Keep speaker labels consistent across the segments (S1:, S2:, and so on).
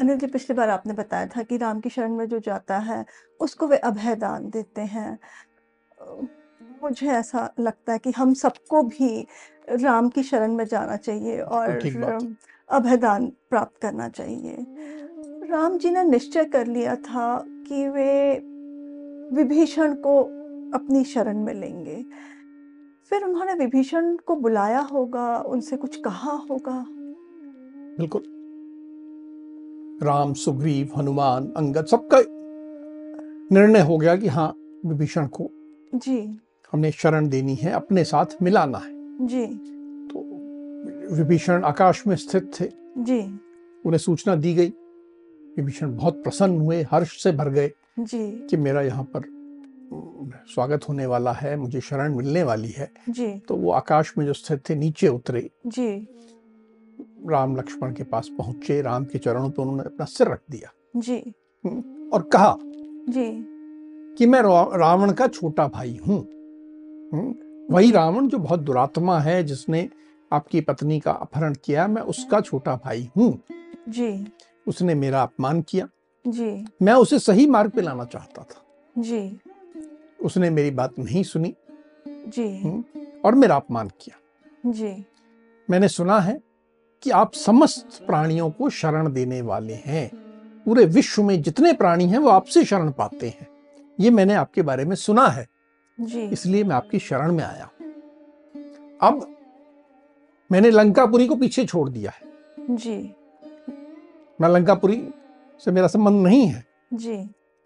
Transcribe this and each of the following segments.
S1: अनिल जी पिछली बार आपने बताया था कि राम की शरण में जो जाता है उसको वे अभय दान देते हैं अ, मुझे ऐसा लगता है कि हम सबको भी राम की शरण में जाना चाहिए और
S2: ठीक बात है।
S1: अभय दान प्राप्त करना चाहिए राम जी ने निश्चय कर लिया था कि वे विभीषण को अपनी शरण में लेंगे फिर उन्होंने विभीषण को बुलाया होगा उनसे कुछ कहा होगा
S2: बिल्कुल राम सुग्रीव हनुमान अंगद सबका निर्णय हो गया कि हाँ विभीषण को
S1: जी
S2: हमने शरण देनी है अपने साथ मिलाना है
S1: जी
S2: तो विभीषण आकाश में स्थित थे
S1: जी
S2: उन्हें सूचना दी गई विभीषण बहुत प्रसन्न हुए हर्ष से भर गए
S1: जी
S2: कि मेरा यहाँ पर अम, स्वागत होने वाला है मुझे शरण मिलने वाली है
S1: जी
S2: तो वो आकाश में जो स्थित थे नीचे उतरे
S1: जी
S2: राम लक्ष्मण के पास पहुंचे राम के चरणों पर उन्होंने अपना सिर रख दिया
S1: जी
S2: हम्म, और कहा
S1: जी
S2: कि मैं रा- रावण का छोटा भाई हूँ हम्म, वही रावण जो बहुत दुरात्मा है जिसने आपकी पत्नी का अपहरण किया मैं उसका छोटा भाई हूँ
S1: जी
S2: उसने मेरा अपमान किया
S1: जी
S2: मैं उसे सही मार्ग पे लाना चाहता था
S1: जी
S2: उसने मेरी बात नहीं सुनी
S1: जी
S2: हम्म, और मेरा अपमान किया
S1: जी
S2: मैंने सुना है कि आप समस्त प्राणियों को शरण देने वाले हैं पूरे विश्व में जितने प्राणी हैं वो आपसे शरण पाते हैं ये मैंने आपके बारे में सुना है
S1: जी
S2: इसलिए मैं आपकी शरण में आया हूं। अब मैंने लंकापुरी को पीछे छोड़ दिया है
S1: जी
S2: मैं लंकापुरी से मेरा संबंध नहीं है
S1: जी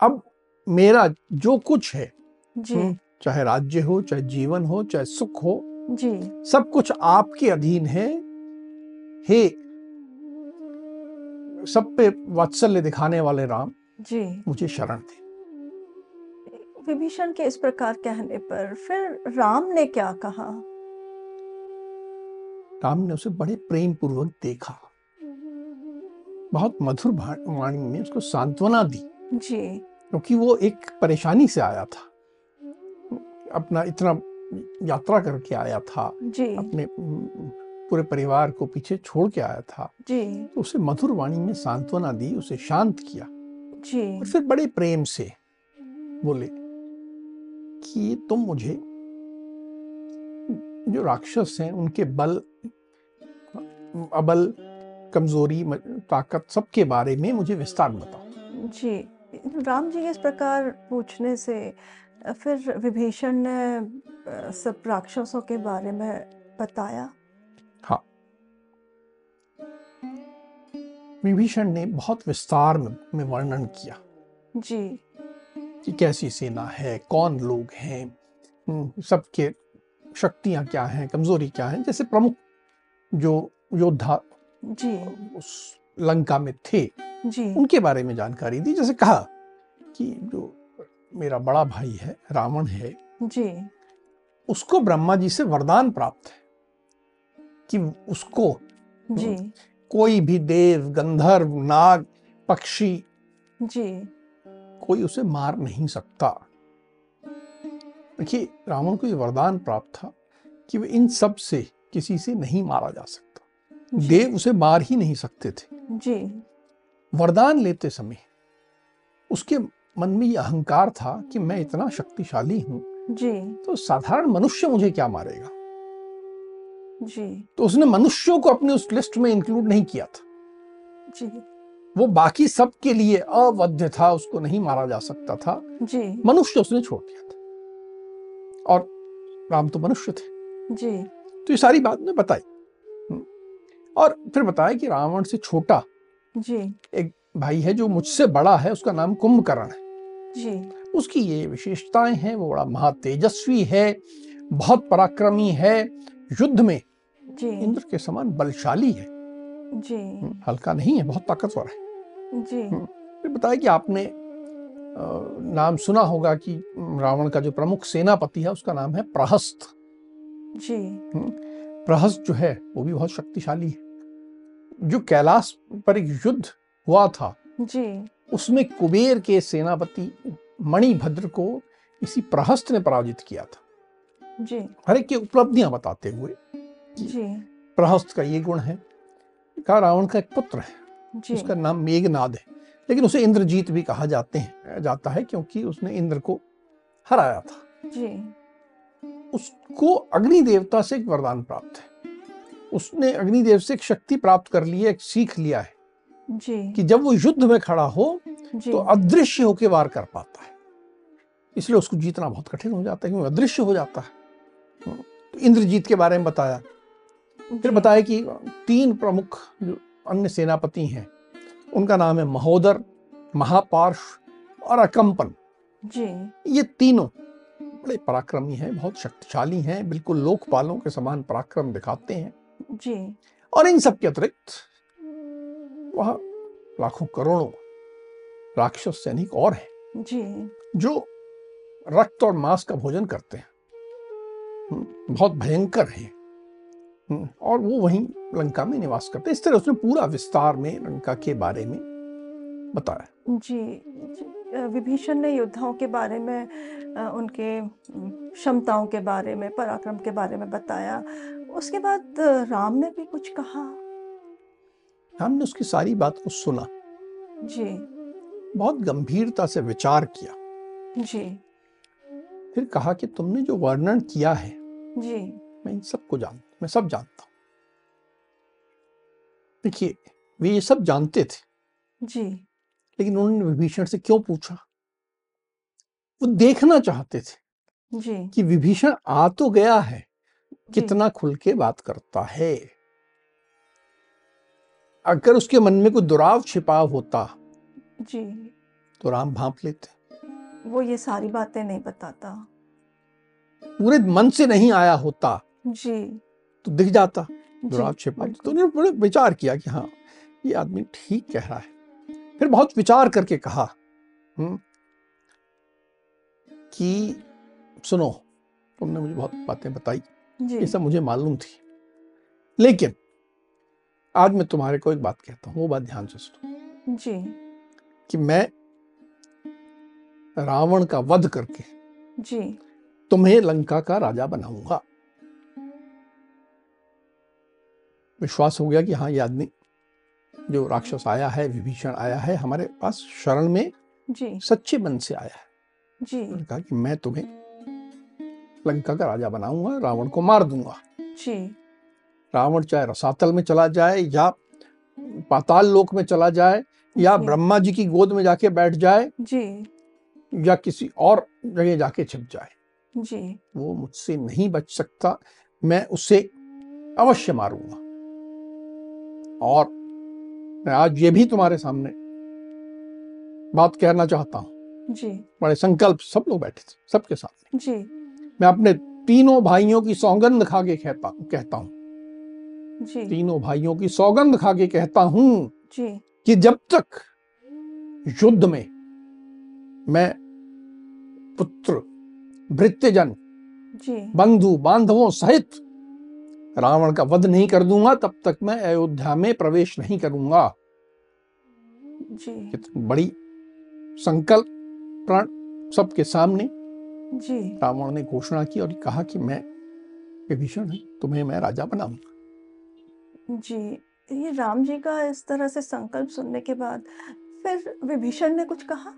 S2: अब मेरा जो कुछ है
S1: जी
S2: हम्म, चाहे राज्य हो चाहे जीवन हो चाहे सुख हो
S1: जी
S2: सब कुछ आपके अधीन है हे सब पे वात्सल्य दिखाने वाले राम
S1: जी
S2: मुझे शरण दे
S1: विभीषण के इस प्रकार कहने पर फिर राम ने क्या कहा
S2: राम ने उसे बड़े प्रेम पूर्वक देखा बहुत मधुर भा- वाणी में उसको सांत्वना दी
S1: जी
S2: क्योंकि वो एक परेशानी से आया था अपना इतना यात्रा करके आया था
S1: जी
S2: अपने अम, पूरे परिवार को पीछे छोड़ के आया था
S1: जी
S2: तो उसे मधुर वाणी में सांत्वना दी उसे शांत किया
S1: जी
S2: और फिर बड़े प्रेम से बोले कि तुम मुझे जो राक्षस हैं उनके बल अबल कमजोरी म- ताकत सबके बारे में मुझे विस्तार बताओ
S1: जी राम जी के इस प्रकार पूछने से अ, फिर विभीषण ने अ, सब राक्षसों के बारे में बताया
S2: हाँ विभीषण ने बहुत विस्तार में, में वर्णन किया
S1: जी
S2: कि कैसी सेना है कौन लोग हैं हम्म, सबके शक्तियां क्या हैं कमजोरी क्या है जैसे प्रमुख जो योद्धा
S1: जी
S2: उस लंका में थे
S1: जी
S2: उनके बारे में जानकारी दी जैसे कहा कि जो मेरा बड़ा भाई है रावण है
S1: जी
S2: उसको ब्रह्मा जी से वरदान प्राप्त है कि उसको
S1: जी
S2: हम्म। कोई भी देव गंधर्व नाग पक्षी
S1: जी
S2: कोई उसे मार नहीं सकता देखिए रावण को ये वरदान प्राप्त था कि वे इन सब से किसी से नहीं मारा जा सकता
S1: जी
S2: देव उसे मार ही नहीं सकते थे
S1: जी
S2: वरदान लेते समय उसके मन में ये अहंकार था कि मैं इतना शक्तिशाली हूं
S1: जी
S2: तो साधारण मनुष्य मुझे क्या मारेगा
S1: जी
S2: तो उसने मनुष्यों को अपनी उस लिस्ट में इंक्लूड नहीं किया था
S1: जी
S2: वो बाकी सब के लिए अवध्य था उसको नहीं मारा जा सकता था
S1: जी
S2: मनुष्य उसने छोड़ दिया था और राम तो मनुष्य थे
S1: जी
S2: तो ये सारी बात ने बताई हम्म। और फिर बताया कि रावण से छोटा
S1: जी
S2: एक भाई है जो मुझसे बड़ा है उसका नाम कुंभकर्ण है
S1: जी
S2: उसकी ये विशेषताएं हैं वो बड़ा महातेजस्वी है बहुत पराक्रमी है युद्ध में
S1: जी
S2: इंद्र के समान बलशाली है
S1: जी
S2: हम्म, हल्का नहीं है बहुत ताकतवर है
S1: जी
S2: फिर बताया कि आपने नाम सुना होगा कि रावण का जो प्रमुख सेनापति है उसका नाम है प्रहस्त
S1: जी
S2: प्रहस्त जो है वो भी बहुत शक्तिशाली है जो कैलाश पर एक युद्ध हुआ था
S1: जी
S2: उसमें कुबेर के सेनापति मणिभद्र को इसी प्रहस्त ने पराजित किया था
S1: जी
S2: हर एक की उपलब्धियां बताते हुए
S1: जी
S2: प्रहस्त का ये गुण है का रावण का एक पुत्र है
S1: जी
S2: उसका नाम मेघनाद है लेकिन उसे इंद्रजीत भी कहा जाते हैं जाता है क्योंकि उसने इंद्र को हराया था
S1: जी
S2: उसको अग्नि देवता से एक वरदान प्राप्त है उसने अग्निदेव से एक शक्ति प्राप्त कर ली है एक सीख लिया है
S1: जी
S2: कि जब वो युद्ध में खड़ा हो
S1: जी
S2: तो अदृश्य होकर वार कर पाता है इसलिए उसको जीतना बहुत कठिन हो जाता है क्योंकि वो अदृश्य हो जाता है तो इंद्रजीत के बारे में बताया फिर
S1: जी,
S2: बताया कि तीन प्रमुख जो अन्य सेनापति हैं उनका नाम है महोदर महापार्श और अकंपन
S1: जी
S2: ये तीनों बड़े पराक्रमी हैं बहुत शक्तिशाली हैं बिल्कुल लोकपालों के समान पराक्रम दिखाते हैं
S1: जी
S2: और इन सब के अतिरिक्त वह लाखों करोड़ों राक्षस सैनिक और हैं
S1: जी
S2: जो रक्त और मांस का भोजन करते हैं हम्म, बहुत भयंकर है हम्म, और वो वहीं लंका में निवास करते हैं इस तरह उसने पूरा विस्तार में लंका के बारे में बताया
S1: जी जी, अ, विभीषण ने योद्धाओं के बारे में अ, उनके अम, क्षमताओं के बारे में पराक्रम के बारे में बताया उसके बाद अ, राम ने भी कुछ कहा
S2: हमने उसकी सारी बात को सुना
S1: जी
S2: बहुत गंभीरता से विचार किया
S1: जी
S2: फिर कहा कि तुमने जो वर्णन किया है
S1: जी
S2: मैं इन सबको जानता मैं सब जानता हूं देखिए वे ये सब जानते थे
S1: जी
S2: लेकिन उन्होंने विभीषण से क्यों पूछा वो देखना चाहते थे
S1: जी
S2: कि विभीषण आ तो गया है
S1: जी,
S2: कितना खुल के बात करता है अगर उसके मन में कोई दुराव छिपाव होता
S1: जी
S2: तो राम भांप लेते
S1: वो ये सारी बातें नहीं बताता
S2: पूरे मन से नहीं आया होता
S1: जी
S2: तो दिख जाता
S1: जी
S2: दुराव छिपा
S1: बिल्कुल।
S2: तो उन्होंने बड़े विचार किया कि हाँ ये आदमी ठीक कह रहा है फिर बहुत विचार करके कहा हम्म, कि सुनो तुमने मुझे बहुत बातें बताई
S1: जी
S2: ये सब मुझे मालूम थी लेकिन आज मैं तुम्हारे को एक बात कहता हूँ वो बात ध्यान से सुनो
S1: जी
S2: कि मैं रावण का वध करके
S1: जी
S2: तुम्हें लंका का राजा बनाऊंगा विश्वास हो गया कि हाँ ये आदमी जो राक्षस आया है विभीषण आया है हमारे पास शरण में
S1: जी
S2: सच्चे मन से आया है
S1: जी
S2: उन्होंने कहा कि मैं तुम्हें लंका का राजा बनाऊंगा रावण को मार दूंगा
S1: जी
S2: रावण चाहे रसातल में चला जाए या पाताल लोक में चला जाए या
S1: जी।
S2: ब्रह्मा जी की गोद में जाके बैठ जाए
S1: जी
S2: या किसी और जगह जाके छिप जाए
S1: जी
S2: वो मुझसे नहीं बच सकता मैं उसे अवश्य मारूंगा और मैं आज ये भी तुम्हारे सामने बात कहना चाहता हूँ
S1: जी
S2: बड़े संकल्प सब लोग बैठे थे सबके सामने
S1: जी
S2: मैं अपने तीनों भाइयों की सौगंध खा के कहता कहता हूँ
S1: जी
S2: तीनों भाइयों की सौगंध खा के कहता हूँ
S1: जी
S2: कि जब तक युद्ध में मैं पुत्र भृत्यजन
S1: जी
S2: बंधु बांधवों सहित रावण का वध नहीं कर दूंगा तब तक मैं अयोध्या में प्रवेश नहीं करूंगा
S1: जी
S2: कितनी बड़ी संकल्प प्रण सबके सामने
S1: जी
S2: रावण ने घोषणा की और कहा कि मैं विभीषण है तुम्हें मैं राजा बनाऊंगा
S1: जी ये राम जी का इस तरह से संकल्प सुनने के बाद फिर विभीषण ने कुछ कहा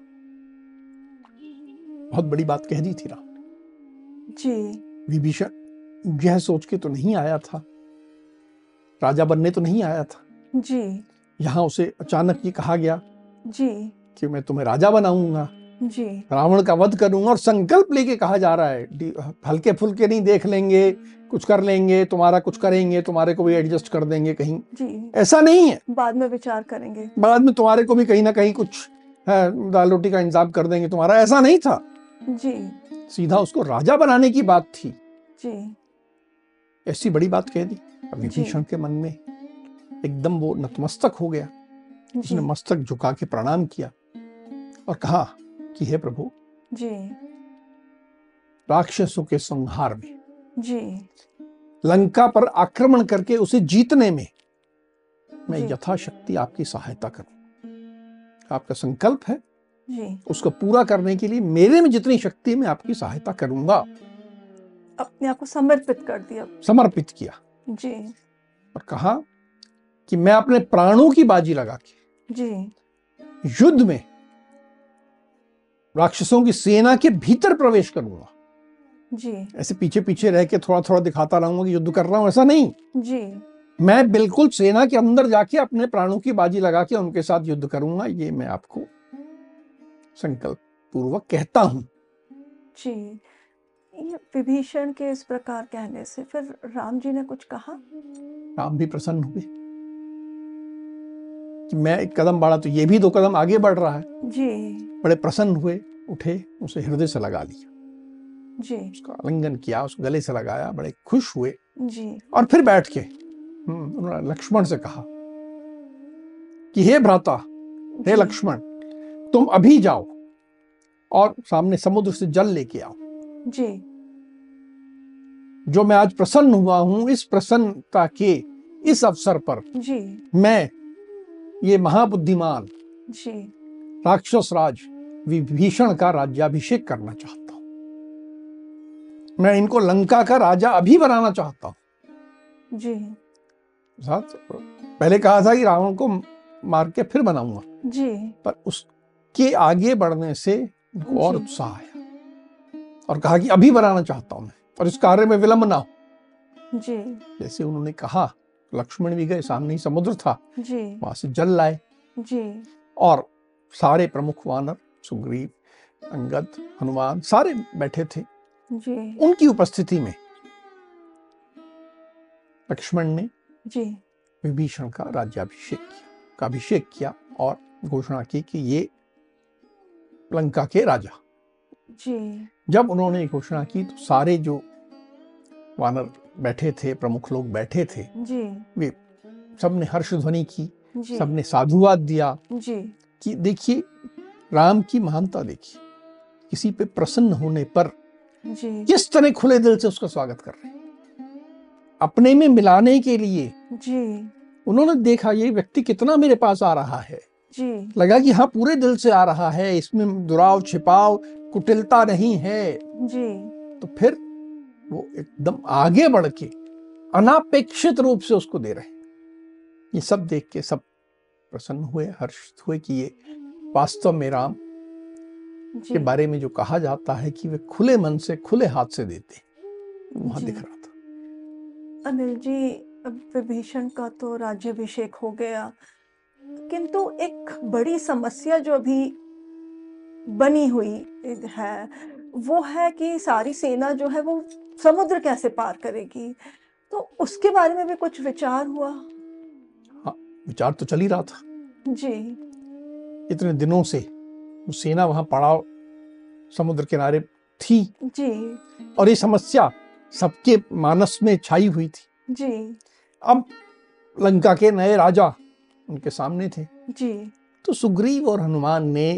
S2: बहुत बड़ी बात कह दी थी राम
S1: जी
S2: विभीषण यह सोच के तो नहीं आया था राजा बनने तो नहीं आया था
S1: जी
S2: यहाँ उसे अचानक ये कहा गया
S1: जी
S2: कि मैं तुम्हें राजा बनाऊंगा
S1: जी
S2: रावण का वध करूंगा और संकल्प लेके कहा जा रहा है डी- हल्के फुल्के नहीं देख लेंगे कुछ कर लेंगे तुम्हारा कुछ करेंगे तुम्हारे को भी एडजस्ट कर देंगे कहीं
S1: जी
S2: ऐसा नहीं है
S1: बाद में विचार करेंगे
S2: बाद में तुम्हारे को भी कहीं ना कहीं कुछ है, दाल रोटी का इंतजाम कर देंगे तुम्हारा ऐसा नहीं था
S1: जी
S2: सीधा उसको राजा बनाने की बात थी
S1: जी
S2: ऐसी बड़ी बात कह दी अब विभीषण के मन में एकदम वो नतमस्तक हो गया
S1: जी
S2: उसने मस्तक झुका के प्रणाम किया और कहा कि हे प्रभु
S1: जी
S2: राक्षसों के संहार में
S1: जी
S2: लंका पर आक्रमण करके उसे जीतने में मैं
S1: जी।
S2: यथाशक्ति आपकी सहायता करूं आपका संकल्प है
S1: जी
S2: उसको पूरा करने के लिए मेरे में जितनी शक्ति है मैं आपकी सहायता करूंगा
S1: अपने आप को समर्पित कर दिया
S2: समर्पित किया
S1: जी
S2: और कहा कि मैं अपने प्राणों की बाजी लगा के
S1: जी
S2: युद्ध में राक्षसों की सेना के भीतर प्रवेश करूंगा
S1: जी
S2: ऐसे पीछे पीछे रह के थोड़ा थोड़ा दिखाता रहूंगा कि युद्ध कर रहा हूं ऐसा नहीं
S1: जी
S2: मैं बिल्कुल सेना के अंदर जाके अपने प्राणों की बाजी लगा के उनके साथ युद्ध करूंगा ये मैं आपको संकल्प पूर्वक कहता हूं
S1: जी ये विभीषण के इस प्रकार कहने से फिर राम जी ने कुछ कहा
S2: राम भी प्रसन्न हुए कि मैं एक कदम बढ़ा तो ये भी दो कदम आगे बढ़ रहा है
S1: जी
S2: बड़े प्रसन्न हुए उठे उसे हृदय से लगा लिया
S1: जी
S2: उसका आलिंगन किया उसको गले से लगाया बड़े खुश हुए
S1: जी
S2: और फिर बैठ के हम्म, उन्होंने लक्ष्मण से कहा कि हे भ्राता हे
S1: जी,
S2: लक्ष्मण तुम अभी जाओ और सामने समुद्र से जल लेके आओ
S1: जी
S2: जो मैं आज प्रसन्न हुआ हूं इस प्रसन्नता के इस अवसर पर
S1: जी
S2: मैं ये महाबुद्धिमान
S1: जी
S2: राक्षस राज विभीषण का राज्याभिषेक करना चाहता हूं मैं इनको लंका का राजा अभी बनाना चाहता हूं
S1: जी
S2: साथ पहले कहा था कि रावण को मार के फिर बनाऊंगा
S1: जी
S2: पर उसके आगे बढ़ने से उनको और
S1: जी।
S2: उत्साह आया और कहा कि अभी बनाना चाहता हूं मैं और इस कार्य में विलंब ना हो
S1: जी
S2: जैसे उन्होंने कहा लक्ष्मण भी गए सामने ही समुद्र था
S1: जी
S2: वहां से जल लाए
S1: जी
S2: और सारे प्रमुख वानर सुग्रीव अंगद हनुमान सारे बैठे थे
S1: जी
S2: उनकी उपस्थिति में लक्ष्मण ने
S1: जी
S2: विभीषण का राज्याभिषेक किया का अभिषेक किया और घोषणा की कि ये लंका के राजा
S1: जी
S2: जब उन्होंने ये घोषणा की तो सारे जो वानर बैठे थे प्रमुख लोग बैठे थे
S1: जी
S2: सबने हर्ष ध्वनि की
S1: जी
S2: सबने साधुवाद दिया
S1: जी
S2: कि देखिए राम की महानता देखिए किसी पे प्रसन्न होने पर
S1: जी
S2: किस तरह खुले दिल से उसका स्वागत कर रहे हैं अपने में मिलाने के लिए
S1: जी
S2: उन्होंने देखा ये व्यक्ति कितना मेरे पास आ रहा है
S1: जी
S2: लगा कि हाँ पूरे दिल से आ रहा है इसमें दुराव छिपाव कुटिलता नहीं है
S1: जी
S2: तो फिर वो एकदम आगे बढ़ के अनापेक्षित रूप से उसको दे रहे हैं। ये सब देख के सब प्रसन्न हुए हर्षित हुए कि ये वास्तव में राम
S1: जी
S2: के बारे में जो कहा जाता है कि वे खुले मन से खुले हाथ से देते हैं, वहां
S1: जी।
S2: दिख रहा था
S1: अनिल जी अब विभीषण का तो राज्याभिषेक हो गया किंतु एक बड़ी समस्या जो अभी बनी हुई है वो है कि सारी सेना जो है वो समुद्र कैसे पार करेगी तो उसके बारे में भी कुछ विचार हुआ
S2: विचार तो चल ही रहा था
S1: जी
S2: इतने दिनों से वो सेना वहां पड़ाव समुद्र किनारे थी
S1: जी
S2: और ये समस्या सबके मानस में छाई हुई थी
S1: जी
S2: अब लंका के नए राजा उनके सामने थे
S1: जी
S2: तो सुग्रीव और हनुमान ने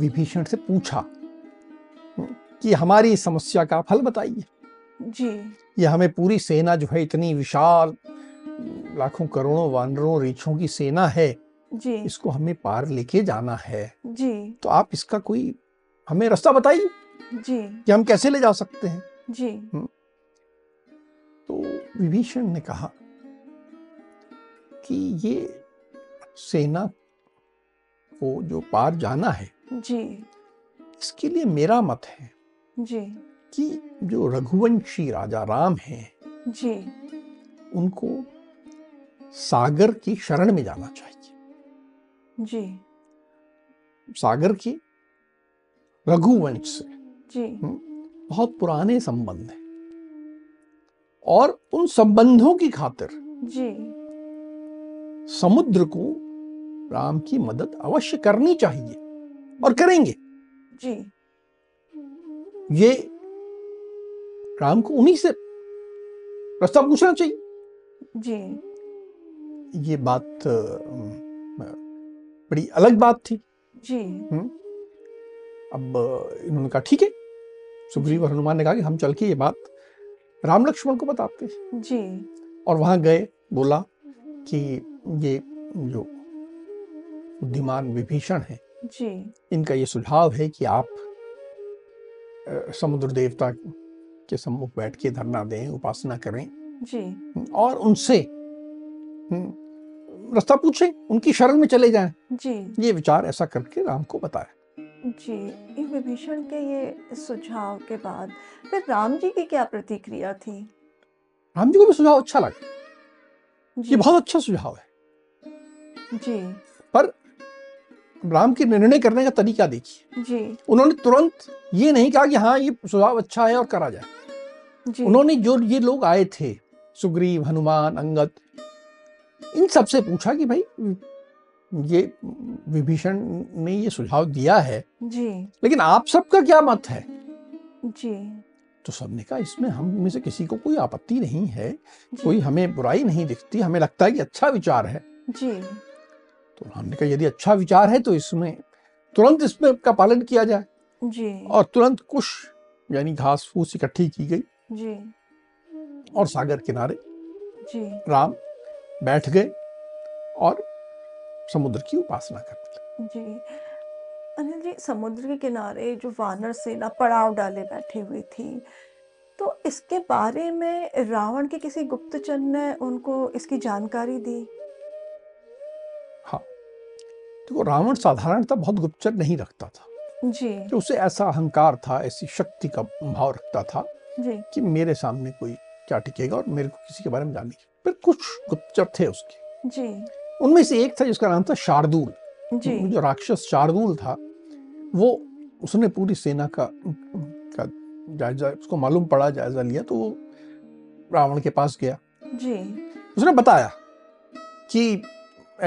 S2: विभीषण से पूछा कि हमारी इस समस्या का फल बताइए
S1: जी
S2: यह हमें पूरी सेना जो है इतनी विशाल लाखों करोड़ों वानरों रीछों की सेना है
S1: जी
S2: इसको हमें पार लेके जाना है
S1: जी
S2: तो आप इसका कोई हमें रास्ता बताइए
S1: जी
S2: कि हम कैसे ले जा सकते हैं
S1: जी
S2: तो विभीषण ने कहा कि ये सेना को जो पार जाना है
S1: जी
S2: इसके लिए मेरा मत है
S1: जी
S2: कि जो रघुवंशी राजा राम हैं
S1: जी
S2: उनको सागर की शरण में जाना चाहिए
S1: जी
S2: सागर के रघुवंश से
S1: जी
S2: बहुत पुराने संबंध हैं और उन संबंधों की खातिर
S1: जी
S2: समुद्र को राम की मदद अवश्य करनी चाहिए और करेंगे
S1: जी
S2: ये राम को उन्हीं से रास्ता पूछना चाहिए
S1: जी
S2: ये बात अ, अम, बड़ी अलग बात थी
S1: जी
S2: अब अब अ, इन्होंने कहा ठीक है सुग्रीव और हनुमान ने कहा कि हम चल के ये बात राम लक्ष्मण को बताते हैं
S1: जी
S2: और वहां गए बोला कि ये जो बुद्धिमान विभीषण है
S1: जी
S2: इनका ये सुझाव है कि आप अ, समुद्र देवता के सम्मुख बैठ के धरना दें उपासना करें
S1: जी
S2: और उनसे हम्म, रास्ता पूछें उनकी शरण में चले जाएं
S1: जी
S2: ये विचार ऐसा करके राम को बताया
S1: जी ये विभीषण के ये सुझाव के बाद फिर राम जी की क्या प्रतिक्रिया थी
S2: राम जी को भी सुझाव अच्छा लगा ये
S1: जी
S2: बहुत अच्छा सुझाव है
S1: जी
S2: राम के निर्णय करने का तरीका देखिए
S1: जी
S2: उन्होंने तुरंत ये नहीं कहा कि हाँ ये सुझाव अच्छा है और करा जाए
S1: जी
S2: उन्होंने जो ये लोग आए थे सुग्रीव हनुमान अंगद इन सबसे पूछा कि भाई ये विभीषण ने ये सुझाव दिया है
S1: जी
S2: लेकिन आप सबका क्या मत है
S1: जी
S2: तो सबने कहा इसमें हम में से किसी को कोई आपत्ति नहीं है
S1: जी
S2: कोई हमें बुराई नहीं दिखती हमें लगता है कि अच्छा विचार है
S1: जी
S2: तो हमने कहा यदि अच्छा विचार है तो इसमें तुरंत इसमें का पालन किया जाए
S1: जी
S2: और तुरंत कुश यानी घास फूस इकट्ठी की गई
S1: जी
S2: और सागर किनारे
S1: जी
S2: राम बैठ गए और समुद्र की उपासना करने लगे
S1: जी अनिल जी समुद्र के किनारे जो वानर सेना पड़ाव डाले बैठी हुई थी तो इसके बारे में रावण के किसी गुप्तचर ने उनको इसकी जानकारी दी
S2: देखो रावण साधारणतः बहुत गुप्तचर नहीं रखता था
S1: जी
S2: तो उसे ऐसा अहंकार था ऐसी शक्ति का भाव रखता था
S1: जी
S2: कि मेरे सामने कोई क्या टिकेगा और मेरे को किसी के बारे में जानने की फिर कुछ गुप्तचर थे उसके
S1: जी
S2: उनमें से एक था जिसका नाम था शार्दूल
S1: जी
S2: तो जो राक्षस शार्दूल था वो उसने पूरी सेना का का जायजा उसको मालूम पड़ा जायजा लिया तो वो रावण के पास गया
S1: जी
S2: उसने बताया कि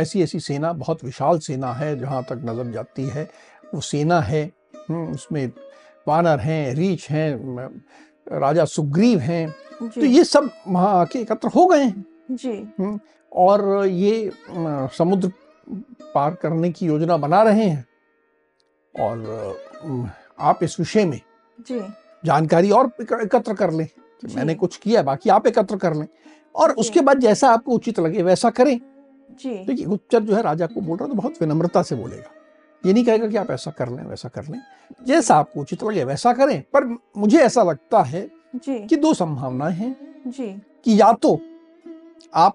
S2: ऐसी ऐसी सेना बहुत विशाल सेना है जहाँ तक नजर जाती है वो सेना है हम्म, उसमें वानर हैं रीछ हैं म- राजा सुग्रीव हैं तो
S1: जी
S2: ये सब वहाँ आके एकत्र हो गए हैं
S1: जी
S2: और ये अ, समुद्र पार करने की योजना बना रहे हैं और अ, म, आप इस विषय में
S1: जी
S2: जानकारी और एक- एकत्र कर लें कि
S1: जी।
S2: मैंने कुछ किया है, बाकी आप एकत्र कर लें और
S1: जी।
S2: उसके बाद जैसा आपको उचित लगे वैसा करें
S1: जी
S2: देखिए गुप्तचर जो है राजा को बोल रहा है तो बहुत विनम्रता से बोलेगा ये नहीं कहेगा कि आप ऐसा कर लें वैसा कर लें जैसा आपको उचित लगे वैसा करें पर मुझे ऐसा लगता है
S1: जी
S2: कि दो संभावनाएं हैं
S1: जी
S2: कि या तो आप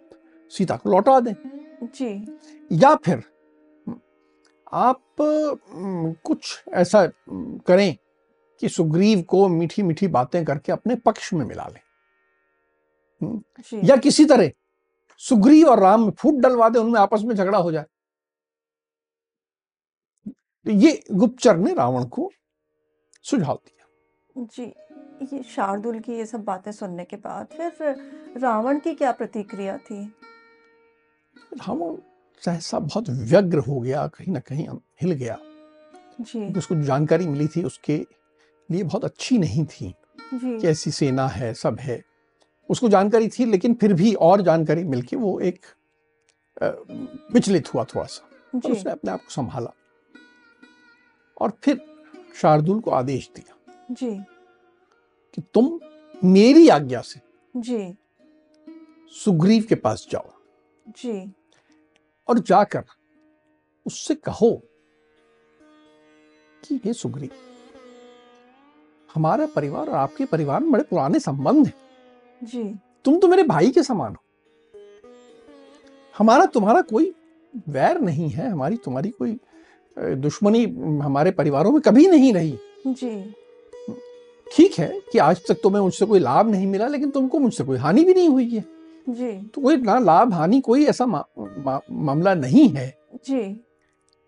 S2: सीता को लौटा दें
S1: जी
S2: या फिर हम्म, आप हम्म, कुछ ऐसा हम्म, करें कि सुग्रीव को मीठी मीठी बातें करके अपने पक्ष में मिला लें
S1: जी
S2: या किसी तरह सुग्रीव और राम में फूट डलवा दें उनमें आपस में झगड़ा हो जाए तो ये गुप्तचर ने रावण को सुझाव दिया
S1: जी ये शार्दुल की ये सब बातें सुनने के बाद फिर रावण की क्या प्रतिक्रिया थी
S2: रावण सहसा बहुत व्यग्र हो गया कहीं ना कहीं हिल गया
S1: जी
S2: क्योंकि उसको जो जानकारी मिली थी उसके लिए बहुत अच्छी नहीं थी
S1: जी
S2: कि ऐसी सेना है सब है उसको जानकारी थी लेकिन फिर भी और जानकारी मिलके वो एक अ, विचलित हुआ थोड़ा सा पर
S1: जी
S2: उसने अपने आप को संभाला और फिर शार्दुल को आदेश दिया
S1: जी
S2: कि तुम मेरी आज्ञा से
S1: जी
S2: सुग्रीव के पास जाओ
S1: जी
S2: और जाकर उससे कहो कि हे सुग्रीव हमारा परिवार और आपके परिवार में बड़े पुराने संबंध हैं
S1: जी
S2: तुम तो मेरे भाई के समान हो हमारा तुम्हारा कोई वैर नहीं है हमारी तुम्हारी कोई अ, दुश्मनी अम, हमारे परिवारों में कभी नहीं रही
S1: जी
S2: ठीक है कि आज तक तुम्हें मुझसे कोई लाभ नहीं मिला लेकिन तुमको मुझसे कोई हानि भी नहीं हुई है
S1: जी
S2: तो कोई ना लाभ हानि कोई ऐसा मा, मा, मामला नहीं है
S1: जी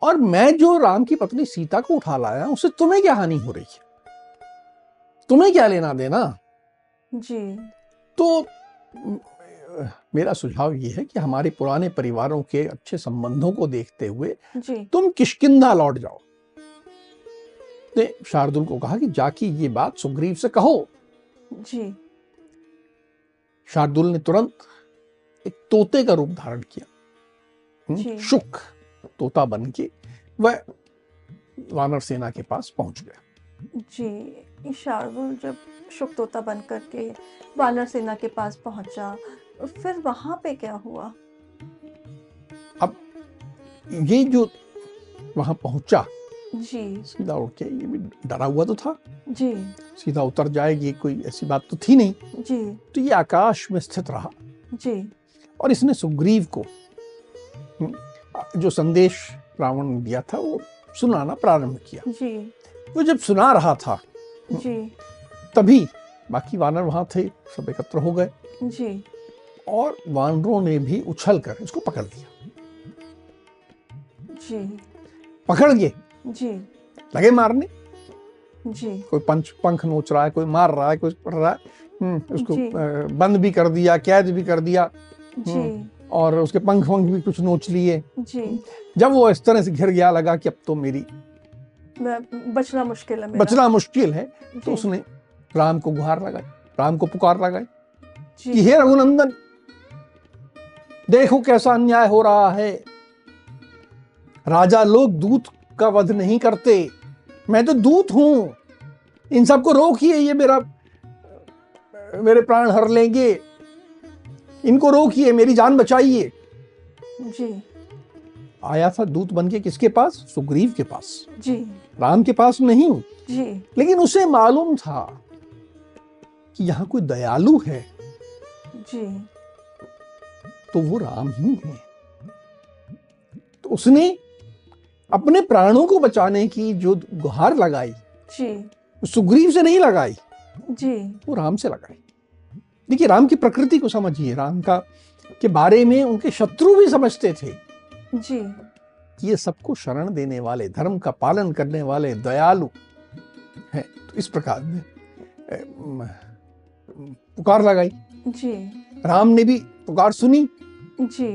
S2: और मैं जो राम की पत्नी सीता को उठा लाया हूं, उससे तुम्हें क्या हानि हो रही है तुम्हें क्या लेना देना
S1: जी
S2: तो म, अ, मेरा सुझाव ये है कि हमारे पुराने परिवारों के अच्छे संबंधों को देखते हुए
S1: जी
S2: तुम किशकिंधा लौट जाओ ने शार्दुल को कहा कि जाके ये बात सुग्रीव से कहो
S1: जी
S2: शार्दुल ने तुरंत एक तोते का रूप धारण किया
S1: जी।
S2: हम्म, शुक तोता बन के वह वानर सेना के पास पहुंच गया
S1: जी शार्दुल जब शुकतोता बन करके वानर सेना के पास पहुंचा फिर वहां पे क्या हुआ
S2: ये जो वहां पहुंचा
S1: जी
S2: सीधा उड़ के ये भी डरा हुआ तो था
S1: जी
S2: सीधा उतर जाएगी कोई ऐसी बात तो थी नहीं
S1: जी
S2: तो ये आकाश में स्थित रहा
S1: जी
S2: और इसने सुग्रीव को हम्म, जो संदेश रावण ने दिया था वो सुनाना प्रारंभ किया
S1: जी
S2: वो जब सुना रहा था
S1: जी
S2: तभी बाकी वानर वहां थे सब एकत्र हो गए
S1: जी
S2: और वानरों ने भी उछल कर इसको पकड़ लिया
S1: जी
S2: पकड़ गए
S1: जी
S2: लगे मारने
S1: जी
S2: कोई पंच पंख नोच रहा है कोई मार रहा है कोई कर रहा है हम्म, उसको
S1: जी।
S2: अ, बंद भी कर दिया कैद भी कर दिया
S1: जी
S2: और उसके पंख वंख भी कुछ नोच लिए
S1: जी
S2: जब वो इस तरह से घिर गया लगा कि अब तो मेरी
S1: मैं- बचना मुश्किल है मेरा
S2: बचना मुश्किल है तो
S1: जी,
S2: उसने राम को गुहार लगाई राम को पुकार लगाई कि
S1: जी
S2: हे रघुनंदन देखो कैसा अन्याय हो रहा है राजा लोग दूत का वध नहीं करते मैं तो दूत हूं इन सबको रोकिए ये मेरा मेरे प्राण हर लेंगे इनको रोकिए मेरी जान बचाइए
S1: जी
S2: आया था दूत बन के किसके पास सुग्रीव के पास
S1: जी
S2: राम के पास नहीं
S1: जी
S2: लेकिन उसे मालूम था कि यहाँ कोई दयालु है
S1: जी
S2: तो वो राम ही है तो उसने अपने प्राणों को बचाने की जो गुहार लगाई
S1: जी
S2: वो सुग्रीव से नहीं लगाई
S1: जी
S2: वो राम से लगाई देखिए राम की प्रकृति को समझिए राम का के बारे में उनके शत्रु भी समझते थे
S1: जी
S2: कि ये सबको शरण देने वाले धर्म का पालन करने वाले दयालु हैं तो इस प्रकार में ए, म, पुकार लगाई
S1: जी
S2: राम ने भी पुकार सुनी
S1: जी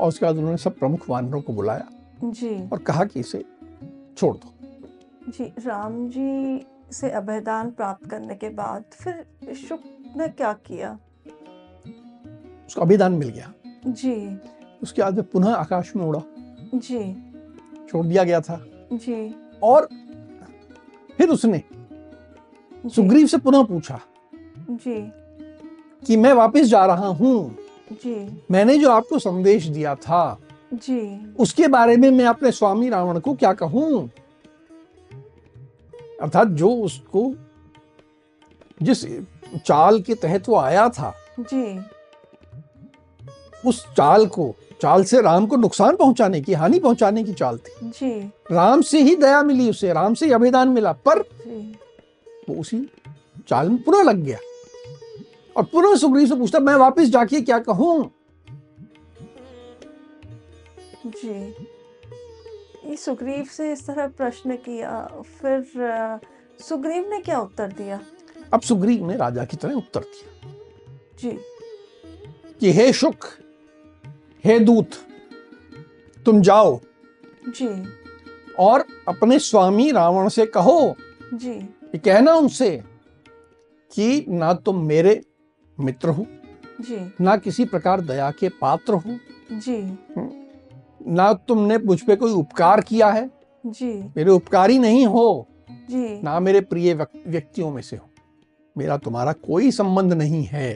S2: और उसके बाद उन्होंने सब प्रमुख वानरों को बुलाया
S1: जी
S2: और कहा कि इसे छोड़ दो
S1: जी राम जी से अभयदान प्राप्त करने के बाद फिर शुक ने क्या किया
S2: उसको अभिदान मिल गया
S1: जी
S2: उसके बाद में पुनः आकाश में उड़ा
S1: जी
S2: छोड़ दिया गया था
S1: जी
S2: और फिर उसने
S1: जी,
S2: सुग्रीव से पुनः पूछा
S1: जी
S2: कि मैं वापस जा रहा हूं
S1: जी
S2: मैंने जो आपको संदेश दिया था
S1: जी
S2: उसके बारे में मैं अपने स्वामी रावण को क्या कहूं अर्थात जो उसको जिस चाल के तहत वो आया था
S1: जी
S2: उस चाल को चाल से राम को नुकसान पहुंचाने की हानि पहुंचाने की चाल थी
S1: जी
S2: राम से ही दया मिली उसे राम से ही अभिदान मिला पर
S1: जी
S2: वो उसी चाल में पुनः लग गया और पुनः सुग्रीव से पूछता मैं वापस जाके क्या कहूं
S1: जी ये सुग्रीव से इस तरह प्रश्न किया फिर अ, सुग्रीव ने क्या उत्तर दिया
S2: अब सुग्रीव ने राजा की तरह उत्तर दिया
S1: जी
S2: कि हे शुक हे दूत तुम जाओ
S1: जी
S2: और अपने स्वामी रावण से कहो
S1: जी
S2: कि कहना उनसे कि ना तुम मेरे मित्र हो
S1: जी
S2: ना किसी प्रकार दया के पात्र हो
S1: जी
S2: ना तुमने मुझ पे कोई उपकार किया है
S1: जी
S2: मेरे उपकारी नहीं हो
S1: जी
S2: ना मेरे प्रिय व्यक- व्यक्तियों में से हो मेरा तुम्हारा कोई संबंध नहीं है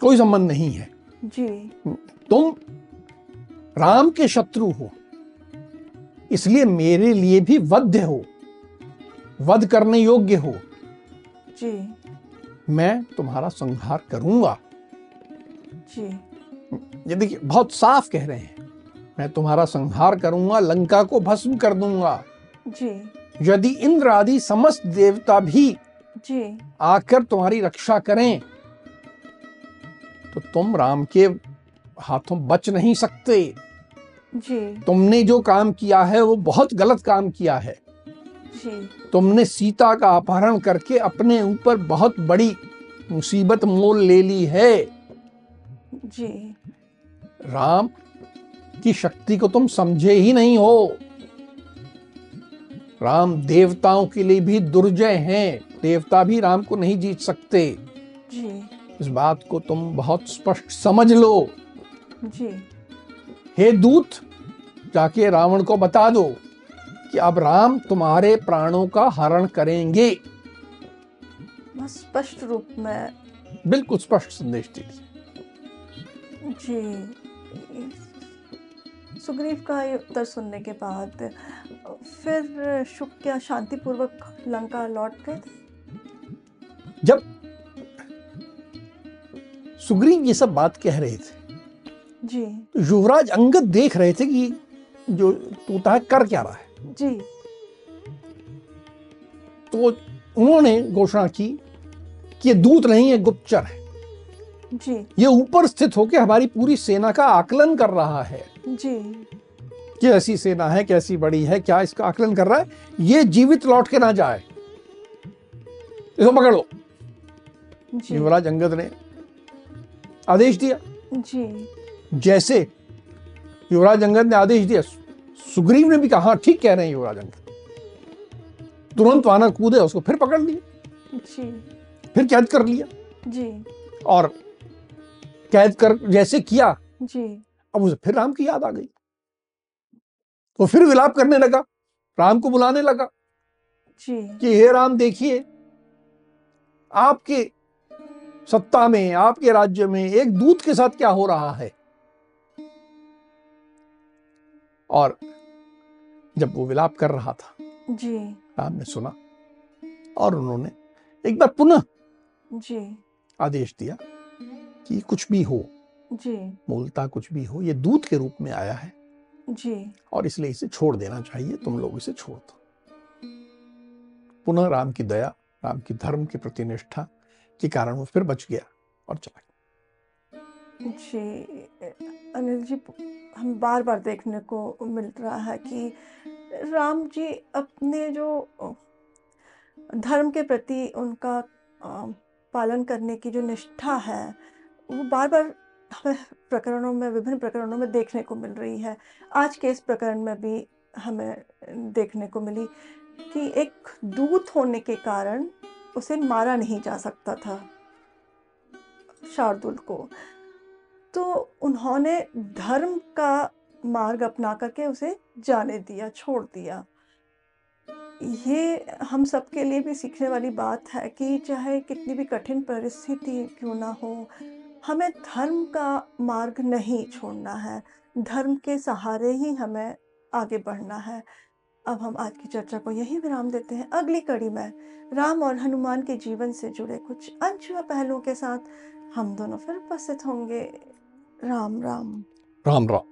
S2: कोई संबंध नहीं है
S1: जी
S2: तुम राम के शत्रु हो इसलिए मेरे लिए भी वध्य हो वध करने योग्य हो
S1: जी
S2: मैं तुम्हारा संहार करूंगा
S1: जी
S2: ये देखिए बहुत साफ कह रहे हैं मैं तुम्हारा संहार करूंगा लंका को भस्म कर दूंगा
S1: जी
S2: यदि इंद्र आदि समस्त देवता भी
S1: जी
S2: आकर तुम्हारी रक्षा करें तो तुम राम के हाथों बच नहीं सकते
S1: जी
S2: तुमने जो काम किया है वो बहुत गलत काम किया है
S1: जी
S2: तुमने सीता का अपहरण करके अपने ऊपर बहुत बड़ी मुसीबत मोल ले ली है
S1: जी
S2: राम की शक्ति को तुम समझे ही नहीं हो राम देवताओं के लिए भी दुर्जय हैं देवता भी राम को नहीं जीत सकते
S1: जी
S2: इस बात को तुम बहुत स्पष्ट समझ लो
S1: जी
S2: हे दूत जाके रावण को बता दो कि अब राम तुम्हारे प्राणों का हरण करेंगे
S1: बस स्पष्ट रूप में
S2: बिल्कुल स्पष्ट संदेश दे दिया
S1: जी सुग्रीव का ये उत्तर सुनने के बाद फिर शुक क्या शांतिपूर्वक लंका लौट गए थे
S2: सुग्रीव ये सब बात कह रहे थे
S1: जी
S2: तो युवराज अंगद देख रहे थे कि जो तोता है कर क्या रहा है
S1: जी
S2: तो उन्होंने घोषणा की कि ये दूत नहीं है गुप्तचर है
S1: जी
S2: ये ऊपर स्थित होकर हमारी पूरी सेना का आकलन कर रहा है
S1: जी
S2: कि ऐसी सेना है कैसी बड़ी है क्या इसका आकलन कर रहा है ये जीवित लौट के ना जाए इसको पकड़ो
S1: जी
S2: युवराज अंगद ने आदेश दिया
S1: जी
S2: जैसे युवराज अंगद ने आदेश दिया सु- सुग्रीव ने भी कहा "हाँ, ठीक कह रहे हैं युवराज अंगद तुरंत वानर कूदे उसको फिर पकड़ लिया
S1: जी
S2: फिर कैद कर लिया
S1: जी
S2: और कैद कर जैसे किया
S1: जी
S2: अब उसे फिर राम की याद आ गई वो फिर विलाप करने लगा राम को बुलाने लगा
S1: जी
S2: कि हे राम देखिए आपके सत्ता में आपके राज्य में एक दूत के साथ क्या हो रहा है और जब वो विलाप कर रहा था
S1: जी
S2: राम ने सुना और उन्होंने एक बार पुनः
S1: जी
S2: आदेश दिया कि कुछ भी हो
S1: जी
S2: मूलता कुछ भी हो ये दूत के रूप में आया है
S1: जी
S2: और इसलिए इसे छोड़ देना चाहिए तुम लोग इसे छोड़ दो पुनः राम की दया राम की धर्म की प्रतिनिष्ठा के कारण वो फिर बच गया और चला गया
S1: जी अनिल जी हम बार बार देखने को मिल रहा है कि राम जी अपने जो धर्म के प्रति उनका अ, पालन करने की जो निष्ठा है वो बार बार हमें प्रकरणों में विभिन्न प्रकरणों में देखने को मिल रही है आज के इस प्रकरण में भी हमें देखने को मिली कि एक दूत होने के कारण उसे मारा नहीं जा सकता था शार्दुल को तो उन्होंने धर्म का मार्ग अपना करके उसे जाने दिया छोड़ दिया ये हम सबके लिए भी सीखने वाली बात है कि चाहे कितनी भी कठिन परिस्थिति क्यों ना हो हमें धर्म का मार्ग नहीं छोड़ना है धर्म के सहारे ही हमें आगे बढ़ना है अब हम आज की चर्चा को यही विराम देते हैं अगली कड़ी में राम और हनुमान के जीवन से जुड़े कुछ अनछुआ पहलुओं के साथ हम दोनों फिर उपस्थित होंगे राम राम
S2: राम राम